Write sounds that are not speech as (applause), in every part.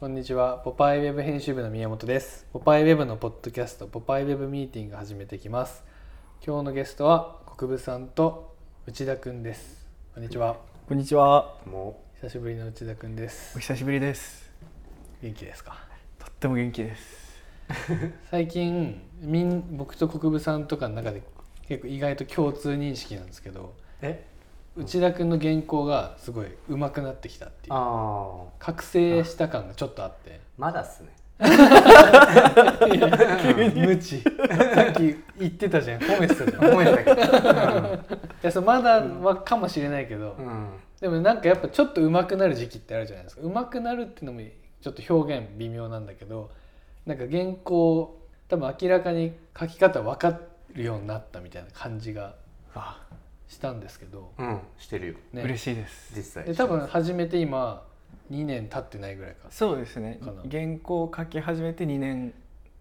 こんにちは、ポパイウェブ編集部の宮本です。ポパイウェブのポッドキャスト、ポパイウェブミーティング始めてきます。今日のゲストは国分さんと内田くんです。こんにちは。こんにちは。も久しぶりの内田くんですお。久しぶりです。元気ですか。とっても元気です。最近、みん僕と国分さんとかの中で結構意外と共通認識なんですけど、うえ内田くんの原稿がすごい上手くなってきたっていう。ああ覚醒した感がちょっとあって。 (laughs) まだっすねいや無知。さっき言ってたじゃん。褒めてたじゃん。思えたけどいやそうまだはかもしれないけど、う (laughs) ん、うんでもなんかやっぱちょっと上手くなる時期ってあるじゃないですか上手くなるっていうのもちょっと表現微妙なんだけどなんか原稿多分明らかに書き方分かるようになったみたいな感じがわ、したんですけど、うん、してるよね、嬉しいです。実際で多分始めて今2年経ってないぐらいかそうですねかな。原稿を書き始めて2年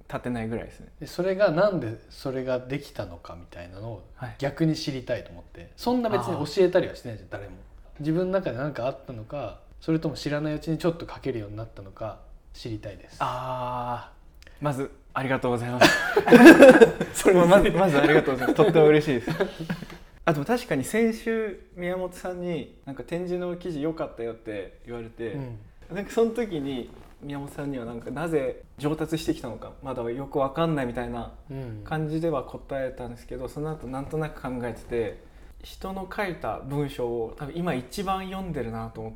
経ってないぐらいですね。でそれがなんでそれができたのかみたいなのをはい逆に知りたいと思ってそんな別に教えたりはしてないじゃん誰も自分の中で何かあったのかそれとも知らないうちにちょっと書けるようになったのか知りたいですああ、まずありがとうござい (laughs) ます。それまずまずありがとうございます。とっても嬉しいです。あでも確かに先週宮本さんになんか展示の記事良かったよって言われて、うんなんかその時に宮本さんにはなんかなぜ上達してきたのかまだよくわかんないみたいなうん感じでは答えたんですけどその後なんとなく考えてて人の書いた文章を多分今一番読んでるなと思っ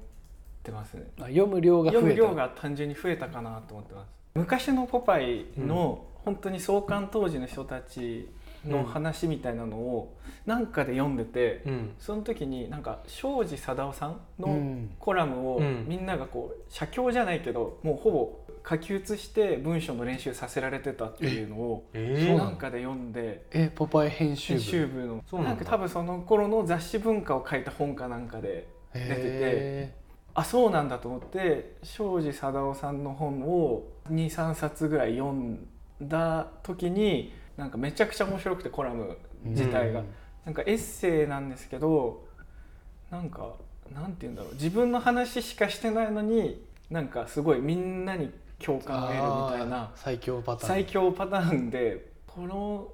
てますねあ読む量が増えた読む量が単純に増えたかなと思ってます昔の「ポパイ」の本当に創刊当時の人たちの話みたいなのをなんかで読んでてうんその時になんか庄司貞夫さんうのんコラムをうんみんながこう写経じゃないけどもうほぼ書き写して文章の練習させられてたっていうのをえそうななのんかで読んでえポパイ編集編部集部のそうなんなだんか多分その頃の雑誌文化を書いた本かなんかで出ててへあそうなんだと思って庄司貞夫さんの本を23冊ぐらい読んだ時になんかめちゃくちゃ面白くてコラム自体が、うんなんかエッセイなんですけどなんかなんて言うんだろう自分の話しかしてないのになんかすごいみんなに共感を得るみたいなあー最強パターン最強パターンでこの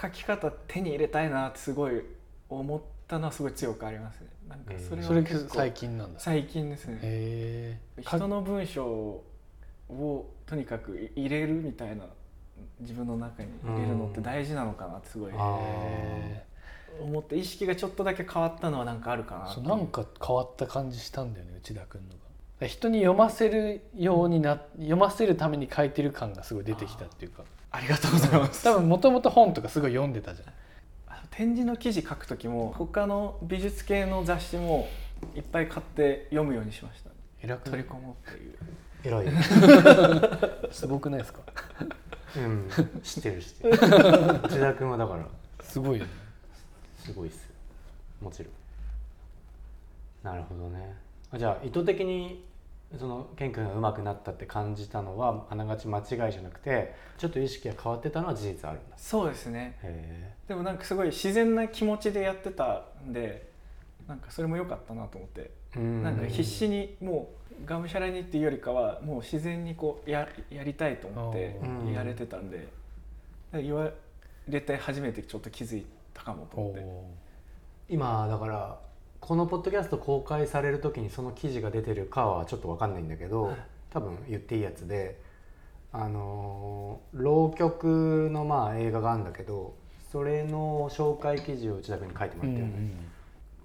書き方手に入れたいなってすごい思ったのはすごい強くありますねなんかそれそはれ結構最近なんだ最近ですねへえ人の文章をとにかく入れるみたいな自分の中に入れるのって大事なのかなってすごいうんあへ思って意識がちょっとだけ変わったのはなんかあるかなーってそいううなんか変わった感じしたんだよね内田君のが人に読ませるようにな読ませるために書いてる感がすごい出てきたっていうかありがとうございます多分もともと本とかすごい読んでたじゃんあの展示の記事書く時も他の美術系の雑誌もいっぱい買って読むようにしました偉くな取いり込もうっていう偉いよすごくないですかうん知ってる知 (laughs) ってる内田君はだからすごいよねすごいっすよもちろんなるほどねあじゃあ意図的にそのケン君が上手くなったって感じたのはあながち間違いじゃなくてちょっと意識が変わってたのは事実あるんだそうですねへでもなんかすごい自然な気持ちでやってたんでなんかそれも良かったなと思ってえなんか必死にもうがむしゃらにっていうよりかはもう自然にこうややりたいと思ってうんやれてたんでなんか言われて初めてちょっと気づいたかもと思ってお今だからこのポッドキャスト公開される時にその記事が出てるかはちょっと分かんないんだけど多分言っていいやつであのー浪曲のまあ映画があるんだけどそれの紹介記事を内田君に書いてもーうらんっうたよね、ん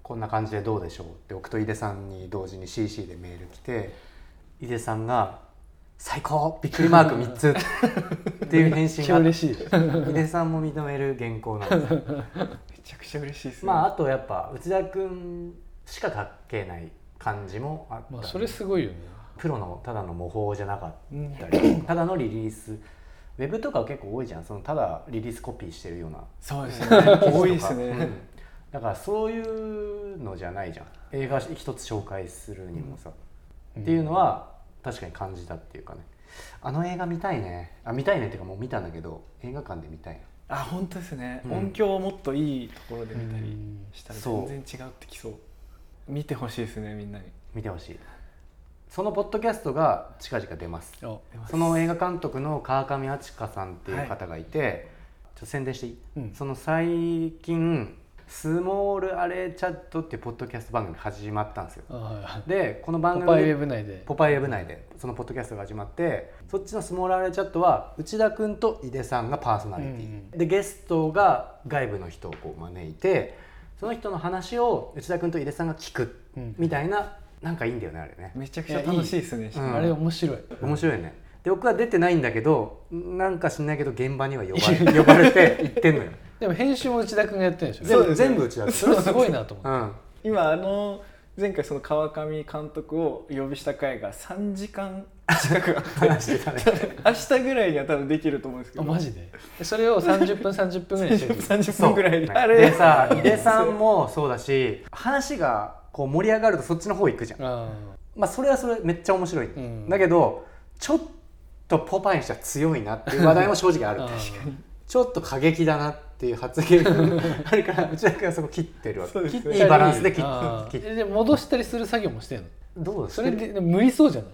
こんな感じでどうでしょうって奥と井出さんに同時に CC でメール来て井出さんが「最高びっくりマーク3つ」っていう返 (laughs) 信めっちゃがあって嬉しいです井出さんも認める原稿なんですよめちゃくちゃ嬉しいですね、まああとやっぱ内田君しか書けない感じもあった、まあそれすごいよねプロのただの模倣じゃなかうんったりただのリリースウェブとかは結構多いじゃんそのただリリースコピーしてるようなそう (laughs) ですね多いで記事とかすね、うんだからそういうのじゃないじゃん映画一つ紹介するにもさ、っていうのは確かに感じたっていうかねあの映画見たいねあ見たいねっていうかもう見たんだけど映画館で見たいなあ本当ですね、うん音響をもっといいところで見たりしたらうんそう全然違ってきそう見てほしいですねみんなに見てほしいそのポッドキャストが近々出ますおその映画監督の川上敦香さんっていう方がいて、ちょっと宣伝していい、うんその最近「スモールアレチャット」っていうポッドキャスト番組始まったんですよあはいはいでこの番組ポパイウェブ内でポパイウェブ内でそのポッドキャストが始まってそっちのスモールアレチャットは内田君と井出さんがパーソナリティ、うんでゲストが外部の人をこう招いてその人の話を内田君と井出さんが聞くうんみたいな、なんかいいんだよねあれねめちゃくちゃ楽しいですねいやいいうんあれ面白い面白いよねで僕は出てないんだけどなんか知んないけど現場には呼ばれ呼ば (laughs) れて行ってんのよでも編集も内田君がやってるんでしょ (laughs) そうですね全部うちだったそれすごいなと思っうてん今あの前回その川上監督をお呼びした回が3時間近くあって話してたね (laughs) 明日ぐらいには多分できると思うんですけあどマ (laughs) ジでそれを30分30分ぐらいにして (laughs) る30そう分ぐらいであれでさ井出さんもそうだし話がこう盛り上がるとそっちの方行くじゃんあまあそれはそれめっちゃ面白い、んだけどちょっとポパイにしては強いなっていう話題も正直あるあちょっと過激だなっていう発 (laughs) 言があるからうちだけはそこ切ってるわけそうですいいバランスで切っあ切っーで戻したりする作業もしてんのどうそれででも無理そうじゃない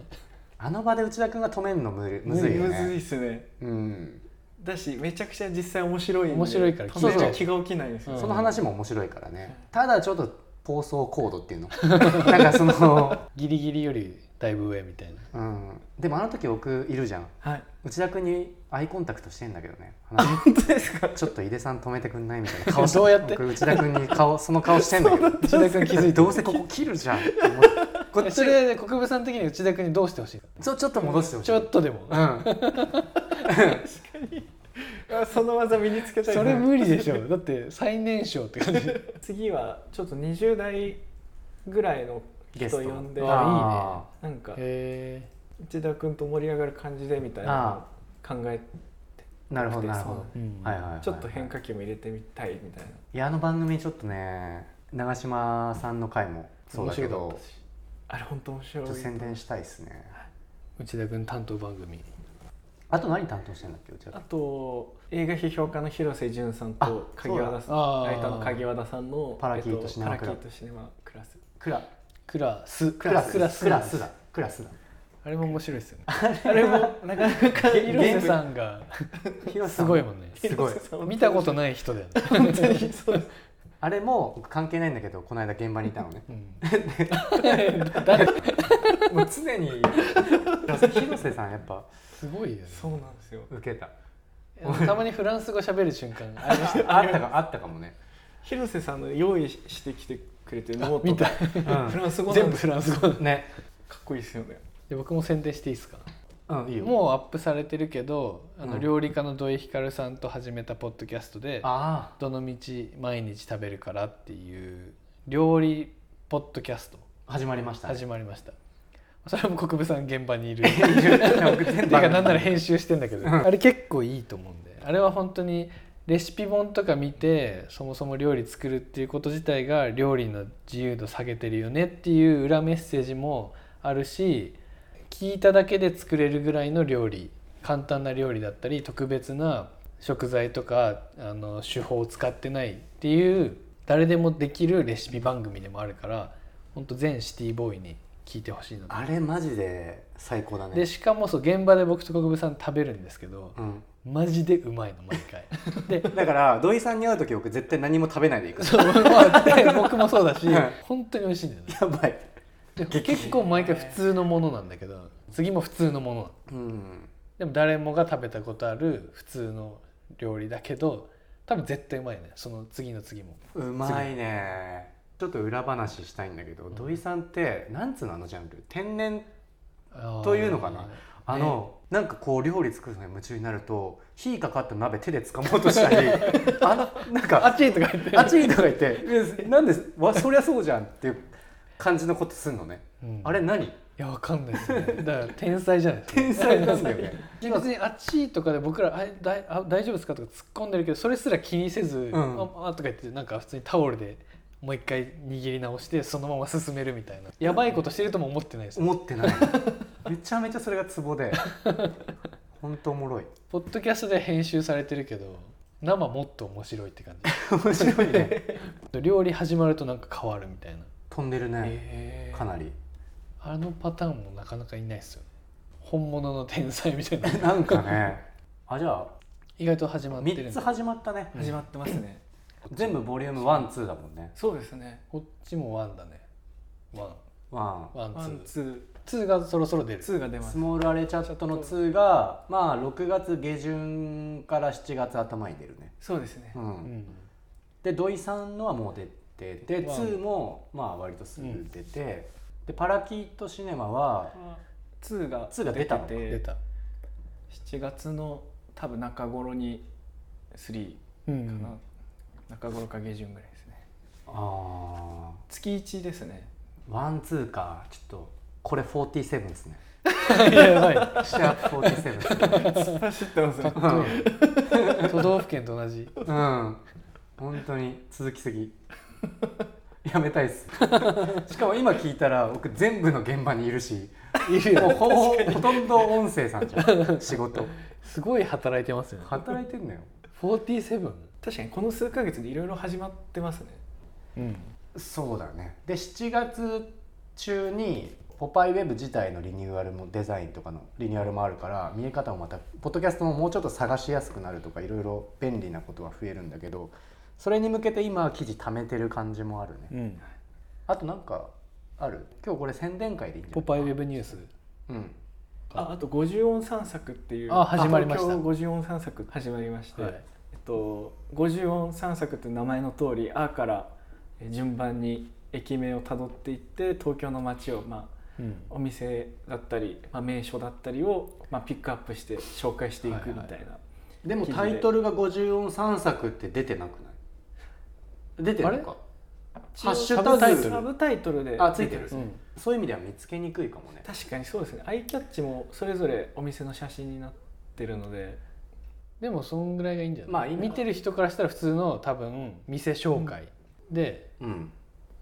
あの場で内田君が止めんのむむずいよむずいね。っすねうん、だしめちゃくちゃ実際面白いんで面白いから止めちゃ気が起きないんですよ、うんその話も面白いからね。ただちょっと放送コードっていうの。 (laughs) なんかその、ギリギリよりだいぶ上みたいなうん、でもあの時僕いるじゃん。はい (laughs) 内田君にアイコンタクトしてんだけどね。話本 (laughs) 当ですかちょっと井出さん止めてくんないみたいな顔して。どうやって僕内田君に顔 (laughs) その顔してんだけど。内田君気づいてどうせここ切るじゃんって思って。こっそちでれで国分さん的に内田君にどうしてほしいのちょちょっと戻してほしい。ちょっと (laughs) でも (laughs) うん。あその技身につけたいそれ無理でしょだって最年少って感じ (laughs) 次はちょっと20代ぐらいのゲ人ス呼トんであないあんかへ内田君と盛り上がる感じでみたいなのを考えなるほどなるほど。え、うんはいはいはい、ちょっと変化球も入れてみたいみたいないやあの番組ちょっとね長嶋さんの回もそうだけ面白かどったしあれ本当面ち白ょっいと宣伝したいですね内田君担当番組あと何担当してんだっけうちらあと映画批評家の広瀬淳さんとあ鍵和田さそうだんあーライターの鍵和田さんのパラキートえっシネマパクララキーブトシネマクラスクラクラスクラスクラスクラスだクラスだあれも面白いですよねあれもなかなか広瀬んさんが広瀬すさんごいもんねす (laughs) ごい見たことない人だよね、本当にそうですあれも僕関係ないんだけどこの間現場にいたのねうん、だ (laughs) もう常に広瀬さんやっぱすごいよねそうなんですよ受けたたまにフランス語喋る瞬間ありましあったかあったかもね、広瀬さんの用意してきてくれてるノート見たうフん、ランス語な全ん部ですフランス語ねかっこいいですよねで僕も宣伝していいですかうんいいようもうアップされてるけどあのうん料理家の土井ひかるさんと始めたポッドキャストであ「どのみち毎日食べるから」っていう料理ポッドキャストあ始まりました、始まりましたそれも国分さん現場にい (laughs) るいるいや僕て全か然なんなら編集してんだけどあれ結構いいと思うんであれは本当にレシピ本とか見てそもそも料理作るっていうこと自体が料理の自由度下げてるよねっていう裏メッセージもあるし聞いただけで作れるぐらいの料理簡単な料理だったり特別な食材とかあの手法を使ってないっていう誰でもできるレシピ番組でもあるから本当全シティボーイに聞いてほしいのであれマジで最高だねでしかもそう現場で僕と国分さん食べるんですけどうん、マジでうまいの毎 (laughs) 回でだから土井さんに会う時僕絶対何も食べないで行くそうまあで僕もそうだしはい本当に美味しいんだよね (laughs) やばい。で結構毎回普通のものなんだけど次も普通のものうん。でも誰もが食べたことある普通の料理だけど多分絶対うまいねその次の次もうまいね。ちょっと裏話したいんだけど、土井さんってなんつうのあのジャンル天然というのかなあの、なんかこう料理作るのに夢中になると火かかった鍋手で掴もうとしたりあのなんあかっちとか言ってあっちにとか言っていやなんでわそりゃそうじゃんっていう感じのことすんのね、うんあれ何いやわかんないですねだから天才じゃないですか天才なんだ (laughs) よねで別にあっちとかで僕らあれだいあ大丈夫ですかとか突っ込んでるけどそれすら気にせず、んああとか言ってなんか普通にタオルでもう一回握り直してそのまま進めるみたいなやばいことしてるとも思ってないですよ思ってないめちゃめちゃそれがツボでほんとおもろいポッドキャストで編集されてるけど生もっと面白いって感 (laughs) 面白い (laughs) ねじ料理始まるとなんか変わるみたいな、飛んでるね、へーかなりあのパターンもなかなかいないですよね本物の天才みたいな (laughs) なんかねあじゃあ意外と始まってるん3でつ始まったね、始まってますね全部ボリューム12だもんねそうですねこっちもワンだねワンワンワンワンツーツツーがそろそろ出ーるツーが出まスすモールアレチャットの2がまあ6月下旬から7月頭に出るね、そうですねう、うんんで土井さんのはもう出ててワン2もまあ割とすぐ出て、でパラキットシネマはツーがツーが出たの出た7月の多分中頃に3うかな、ん中頃か下旬ぐらいですねあ月1ですね (laughs) ーワンツーかちょっとこれ47ですね (laughs) やばいシャープ47ですね走ってますねうん都道府県と同じ (laughs) うん本当に続きすぎやめたいっすしかも今聞いたら僕全部の現場にいるしいるよもうねほぼほとんど音声さんじゃん仕事すごい働いてますよね働いてんのよ47確かにこの数ヶ月でいろいろ始まってますねうんそうだねで7月中にポパイウェブ自体のリニューアルもデザインとかのリニューアルもあるから見え方もまたポッドキャストももうちょっと探しやすくなるとかいろいろ便利なことが増えるんだけどそれに向けて今記事貯めてる感じもあるね、うんあとなんかある今日これ宣伝会でいいんじゃポないパイウェブニュースうんああと50音散策っていうあ始まりました東京50音散策始まりまして、はいえっと、50音散策って名前の通り「あ」からえ順番に駅名をたどっていって東京の街を、まうあ、んお店だったり、まあ、名所だったりを、まあ、ピックアップして紹介していくみたいな、はいでもタイトルが50音散策って出てなくない出てるのか一応ハッシュタグサブサブタイトルであついてる、うんそういう意味では見つけにくいかもね確かにそうですねアイキャッチもそれぞれお店の写真になってるのででもそんぐらいがいいんじゃない、まあいいのか見てる人からしたら普通の多分店紹介で、うん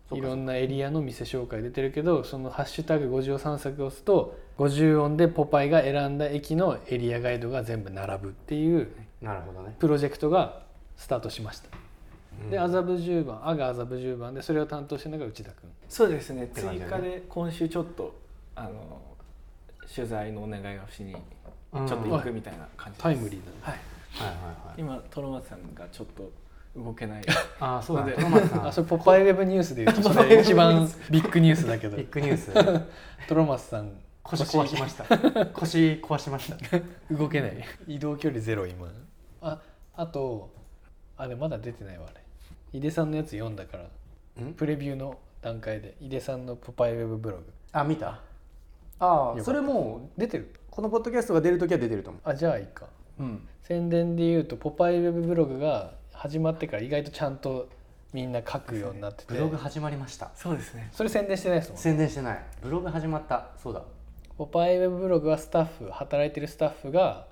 そういかろんなエリアの店紹介出てるけどその「ハッシュタグ50音散策」を押すと50音でポパイが選んだ駅のエリアガイドが全部並ぶっていうなるほどね、プロジェクトがスタートしました、うんで麻布十番「あ」が麻布十番でそれを担当してるのが内田君そうですねて追感じだね加で今週ちょっとあの取材のお願いをしにちうょんっと行くみたいな感じですタイムリーだねはいはいはいはい今トロマツさんがちょっと動けないあそうだねなのでトロマ (laughs) ツさんあそれポパイウェブニュースで言うと (laughs) それ一番ビッグニュースだ (laughs) けどビッグニューストロマスさん腰壊しました腰壊しま (laughs) した動けない移動距離ゼロ今ああとあれまだ出てないわあれ井出さんのやつ読んだからんプレビューの段階で井出さんの「ポパイウェブブログあ見たよあかったあそれも」出てるうこのポッドキャストが出るときは出てると思あじゃあいいかう、うん、宣伝で言うと「ポパイウェブブログ」が始まってから意外とちゃんとみんな書くようになっててブログ始まりましたそうですねそれ宣伝してないですもんね宣伝してないブログ始まったそうだポパイウェブブログはスタッフ働いてるスタッフが、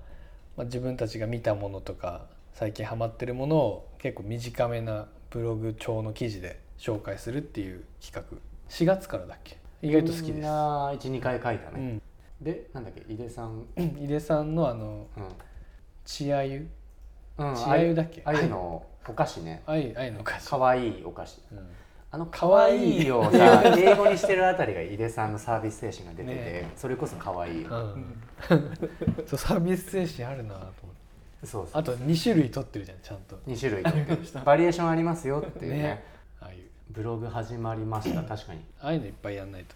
まあ、自分たちが見たものとか最近ハマってるものを結構短めなブログ調の記事で紹介するっていう企画4月からだっけ意外と好きみんです、な12回書いたうね、ん、でなんだっけ井出さん井出さんのあのうん、 「血あゆうん、血あゆだっけあゆのお菓子ね」あゆあゆの歌詞、可愛いお菓子うんあの可可愛い愛いをさ英語にしてるあたりが井出さんのサービス精神が (laughs) 出てて、ねえそれこそ可愛い、うん、そうサービス精神あるなと思ってそうそうあと2種類取ってるじゃんちゃんと2種類とってバリエーションありますよっていうねねああいうブログ始まりました確かにああいうのいっぱいやんないと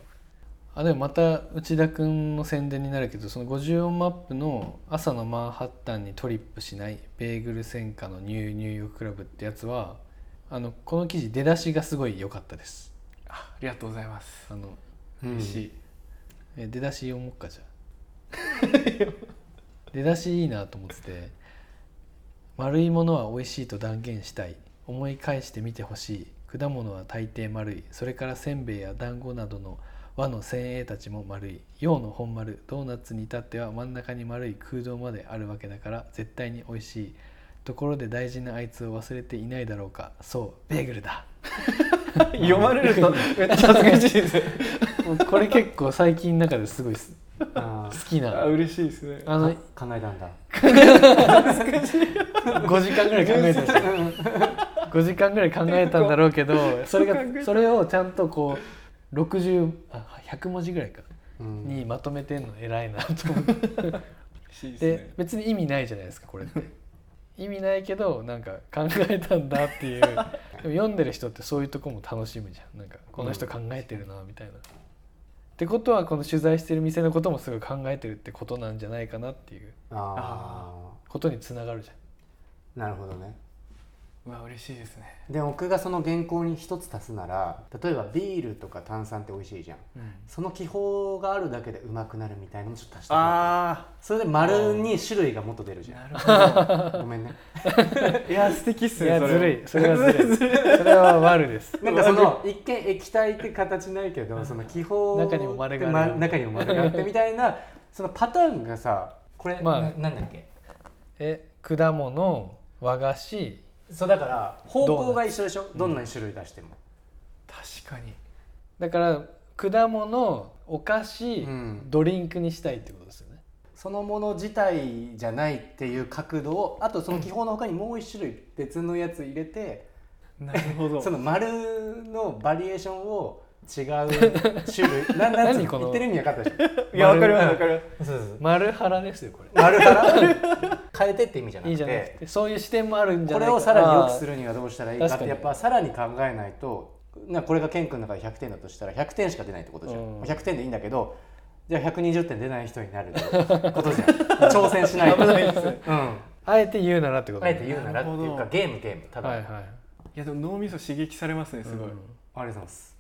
あでもまた内田君の宣伝になるけどその50音マップの「朝のマンハッタンにトリップしないベーグル戦火のニューニューヨーククラブ」ってやつはあのこの記事出だしがすごい良かったですあありがとうございますあの、うん嬉しいえ出だし読もうか (laughs) じゃあ出だしいいなと思ってて「丸いものは美味しいと断言したい思い返してみてほしい果物は大抵丸いそれからせんべいや団子などの和の先鋭たちも丸い洋の本丸ドーナツに至っては真ん中に丸い空洞まであるわけだから絶対に美味しいところで大事なあいつを忘れていないだろうかそうベーグルだ (laughs) 読まれるとめっちゃ恥ずかしいですもうこれ結構最近の中ですごいすあ好ーきあな嬉しいですねあかの考えたんだ5時間ぐらい考えたんですよ5時間ぐらい考えたんだろうけどそれがそれをちゃんとこう60あ100文字ぐらいか (laughs) うんにまとめてんの偉いなと思ってしいですでね別に意味ないじゃないですかこれって意味ないけどなんか考えたんだって (laughs) いうでも読んでる人ってそういうとこも楽しむじゃんなんかこの人考えてるなみたいな。ってことはこの取材してる店のこともすごい考えてるってことなんじゃないかなっていうあことにつながるじゃん。あなるほどねうわ嬉しいですね、で僕がその原稿に一つ足すなら例えばビールとか炭酸って美味しいじゃんその気泡があるだけでうまくなるみたいなのもちょっと足してみようあそれで丸に種類がもっと出るじあゃなるほんごめんねどいや素敵っすいねやそれずるいそれはずるいそれは悪です。なんかその一見液体って形ないけどその気泡中にも丸があるま中にも丸があってみた (laughs) いなそのパターンがさこれ、まあななんだっけえ果物和菓子そうだから方向が一緒でしょどんなに種類出しても、確かにだから果物お菓子、うんドリンクにしたいってことですよね。そのもの自体じゃないっていう角度をあとその気泡の他にもう一種類別のやつ入れて、なるほどその丸のバリエーションを違う (laughs) 種類ななんつう何このの言ってる意味分かったでしょいやわかりますわかりますそうそうそう丸腹ですよこれ。(laughs) 丸から変えてって意味じゃなくていいじゃなくてそういう視点もあるんじゃこなれいかをさらに良くするるにはどうしたらいいかっ確かてにやっぱさらに考えないとなこれがケン君の中で100点だとしたら100点しか出ないってことじゃん、うん100点でいいんだけどじゃあ120点出ない人になるってことじゃん挑戦しないと危ないですねうん、あえて言うならってことあえて言うならってないるうほかどゲームゲームただ、はいありはいいやでも脳みそ刺激されますねすごい、うんがとうございます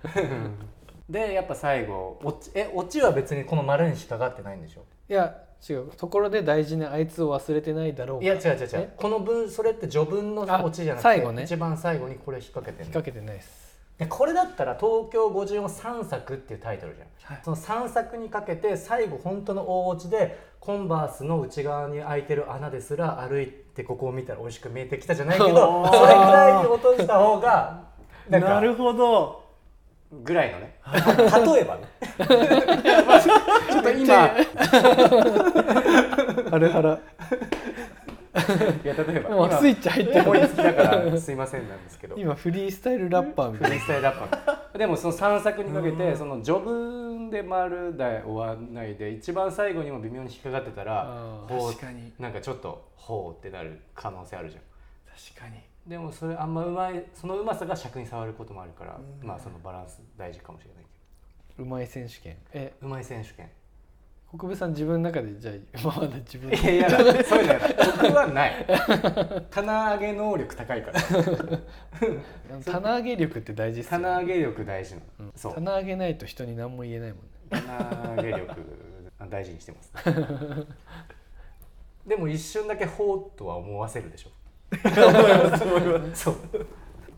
(laughs) でやっぱ最後オチえオチは別にこの丸に引っかかってないんでしょいや違うところで大事なあいつを忘れてないだろういいや違う違う違うえこの文それって序文のあオチじゃなくて最後ね一番最後にこれ引っ掛けて引るっ掛けてないですでこれだったら「東京五十音三作」っていうタイトルじゃん、その3作にかけて最後本当の大落ちでコンバースの内側に開いてる穴ですら歩いてここを見たら美味しく見えてきたじゃないけど (laughs) おーそれぐらいに落とした方がなんかなるほどぐらいのね例えばねちょっと今いあれ腹や例えばもうスイッチ入って今思いるつきだからすいませんなんですけど今フリースタイルラッパーみたいフリースタイルラッパ (laughs) ーでもその3作にかけてその序文で丸で終わんないで一番最後にも微妙に引っかかってたらあーほう確かになんかちょっとほうってなる可能性あるじゃん確かにでもそれあんまうまいそのうまさが尺に触ることもあるからまあそのバランス大事かもしれないけなうまい選手権えどうまい選手権国分さん自分の中でじゃあ今まで自分の (laughs) いやいやだそういうのやだ僕はない (laughs) 棚上げ能力高いから棚上げ力って大事っすよ棚ね上げ力大事なのそう棚上げないと人に何も言えないもんね棚上げ力あ大事にして (laughs) ますでも一瞬だけ「ほう」とは思わせるでしょそう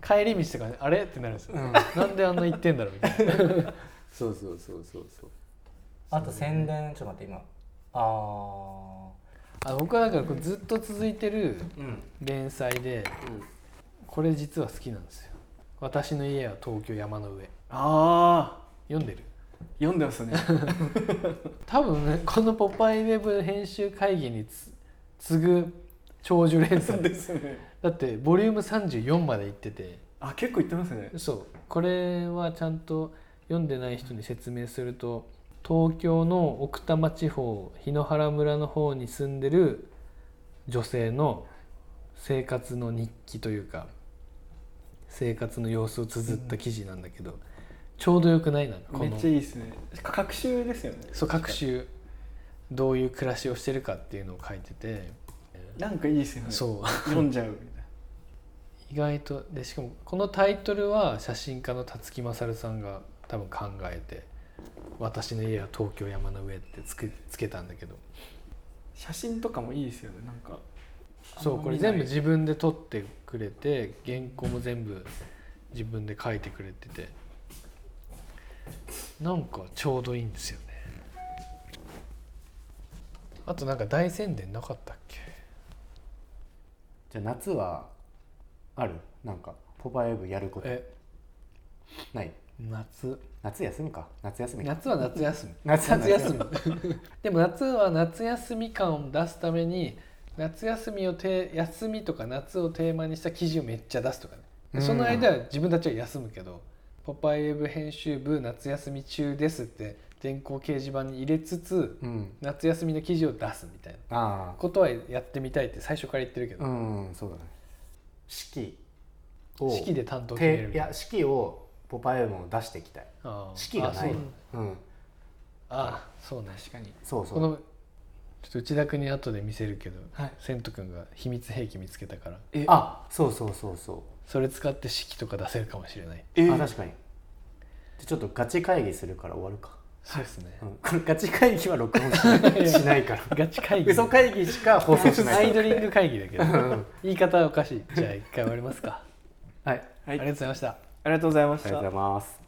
帰り道とかねあれってなるんですようんなんであんな言ってんだろう (laughs) みたいなそうそうそうそうそうあと宣伝ちょっと待って今ああ僕はだからこうずっと続いてるーうん連載でこれ実は好きなんですよ「私の家は東京山の上ああ」読んでる読んでますね多分ねこの「ポパイウェブ」編集会議につ次ぐ長寿連載ですねだってボリューム34まで行っててあ結構言ってますねそうこれはちゃんと読んでない人に説明すると東京の奥多摩地方檜原村の方に住んでる女性の生活の日記というか生活の様子を綴った記事なんだけど、ちょうどよくないなんかこめっのちゃいいですね学習ですよねそう各種どういう暮らしをしてるかっていうのを書いてて、なんかいいですよねそう読んじゃうみたい意外とでしかもこのタイトルは写真家の辰木勝さんが多分考えて「私の家は東京山の上」ってつけつけたんだけどな写真とかもいいですよねなんかそうこれあんま全部見ない自分で撮ってくれて原稿も全部自分で書いてくれててなんかちょうどいいんですよねあとなんか大宣伝なかったっけじゃあ夏はあるなんかポパイブやることえない夏夏休みか夏休みか夏は夏休み夏夏休み (laughs) でも夏は夏休み感を出すために夏休みをて休みとか夏をテーマにした記事をめっちゃ出すとかねでその間は自分たちは休むけど「ポパイウェブ編集部夏休み中です」って電光掲示板に入れつつうん夏休みの記事を出すみたいなあことはやってみたいって最初から言ってるけあうど、んそうだね式を式で担当決めるてみいたいやな式をポパイウェブも出していきたいあー式がないあうんあそうね確かにそうそこうのちょっと内田君に後で見せるけど、はい千斗君が秘密兵器見つけたからえあそうそうそうそそれ使って式とか出せるかもしれないえうあ確かにじゃちょっとガチ会議するから終わるか、そうですね (laughs) う、ん、これガチ会議は録音し (laughs) ないしないからガチ会議嘘会議しか放送しアなイいかドリング会議だけ (laughs) どらうん言い方はおかしいじゃあ一回終わりますか、はいはいありがとうございましたありがとうございまあしりがとうごたざいます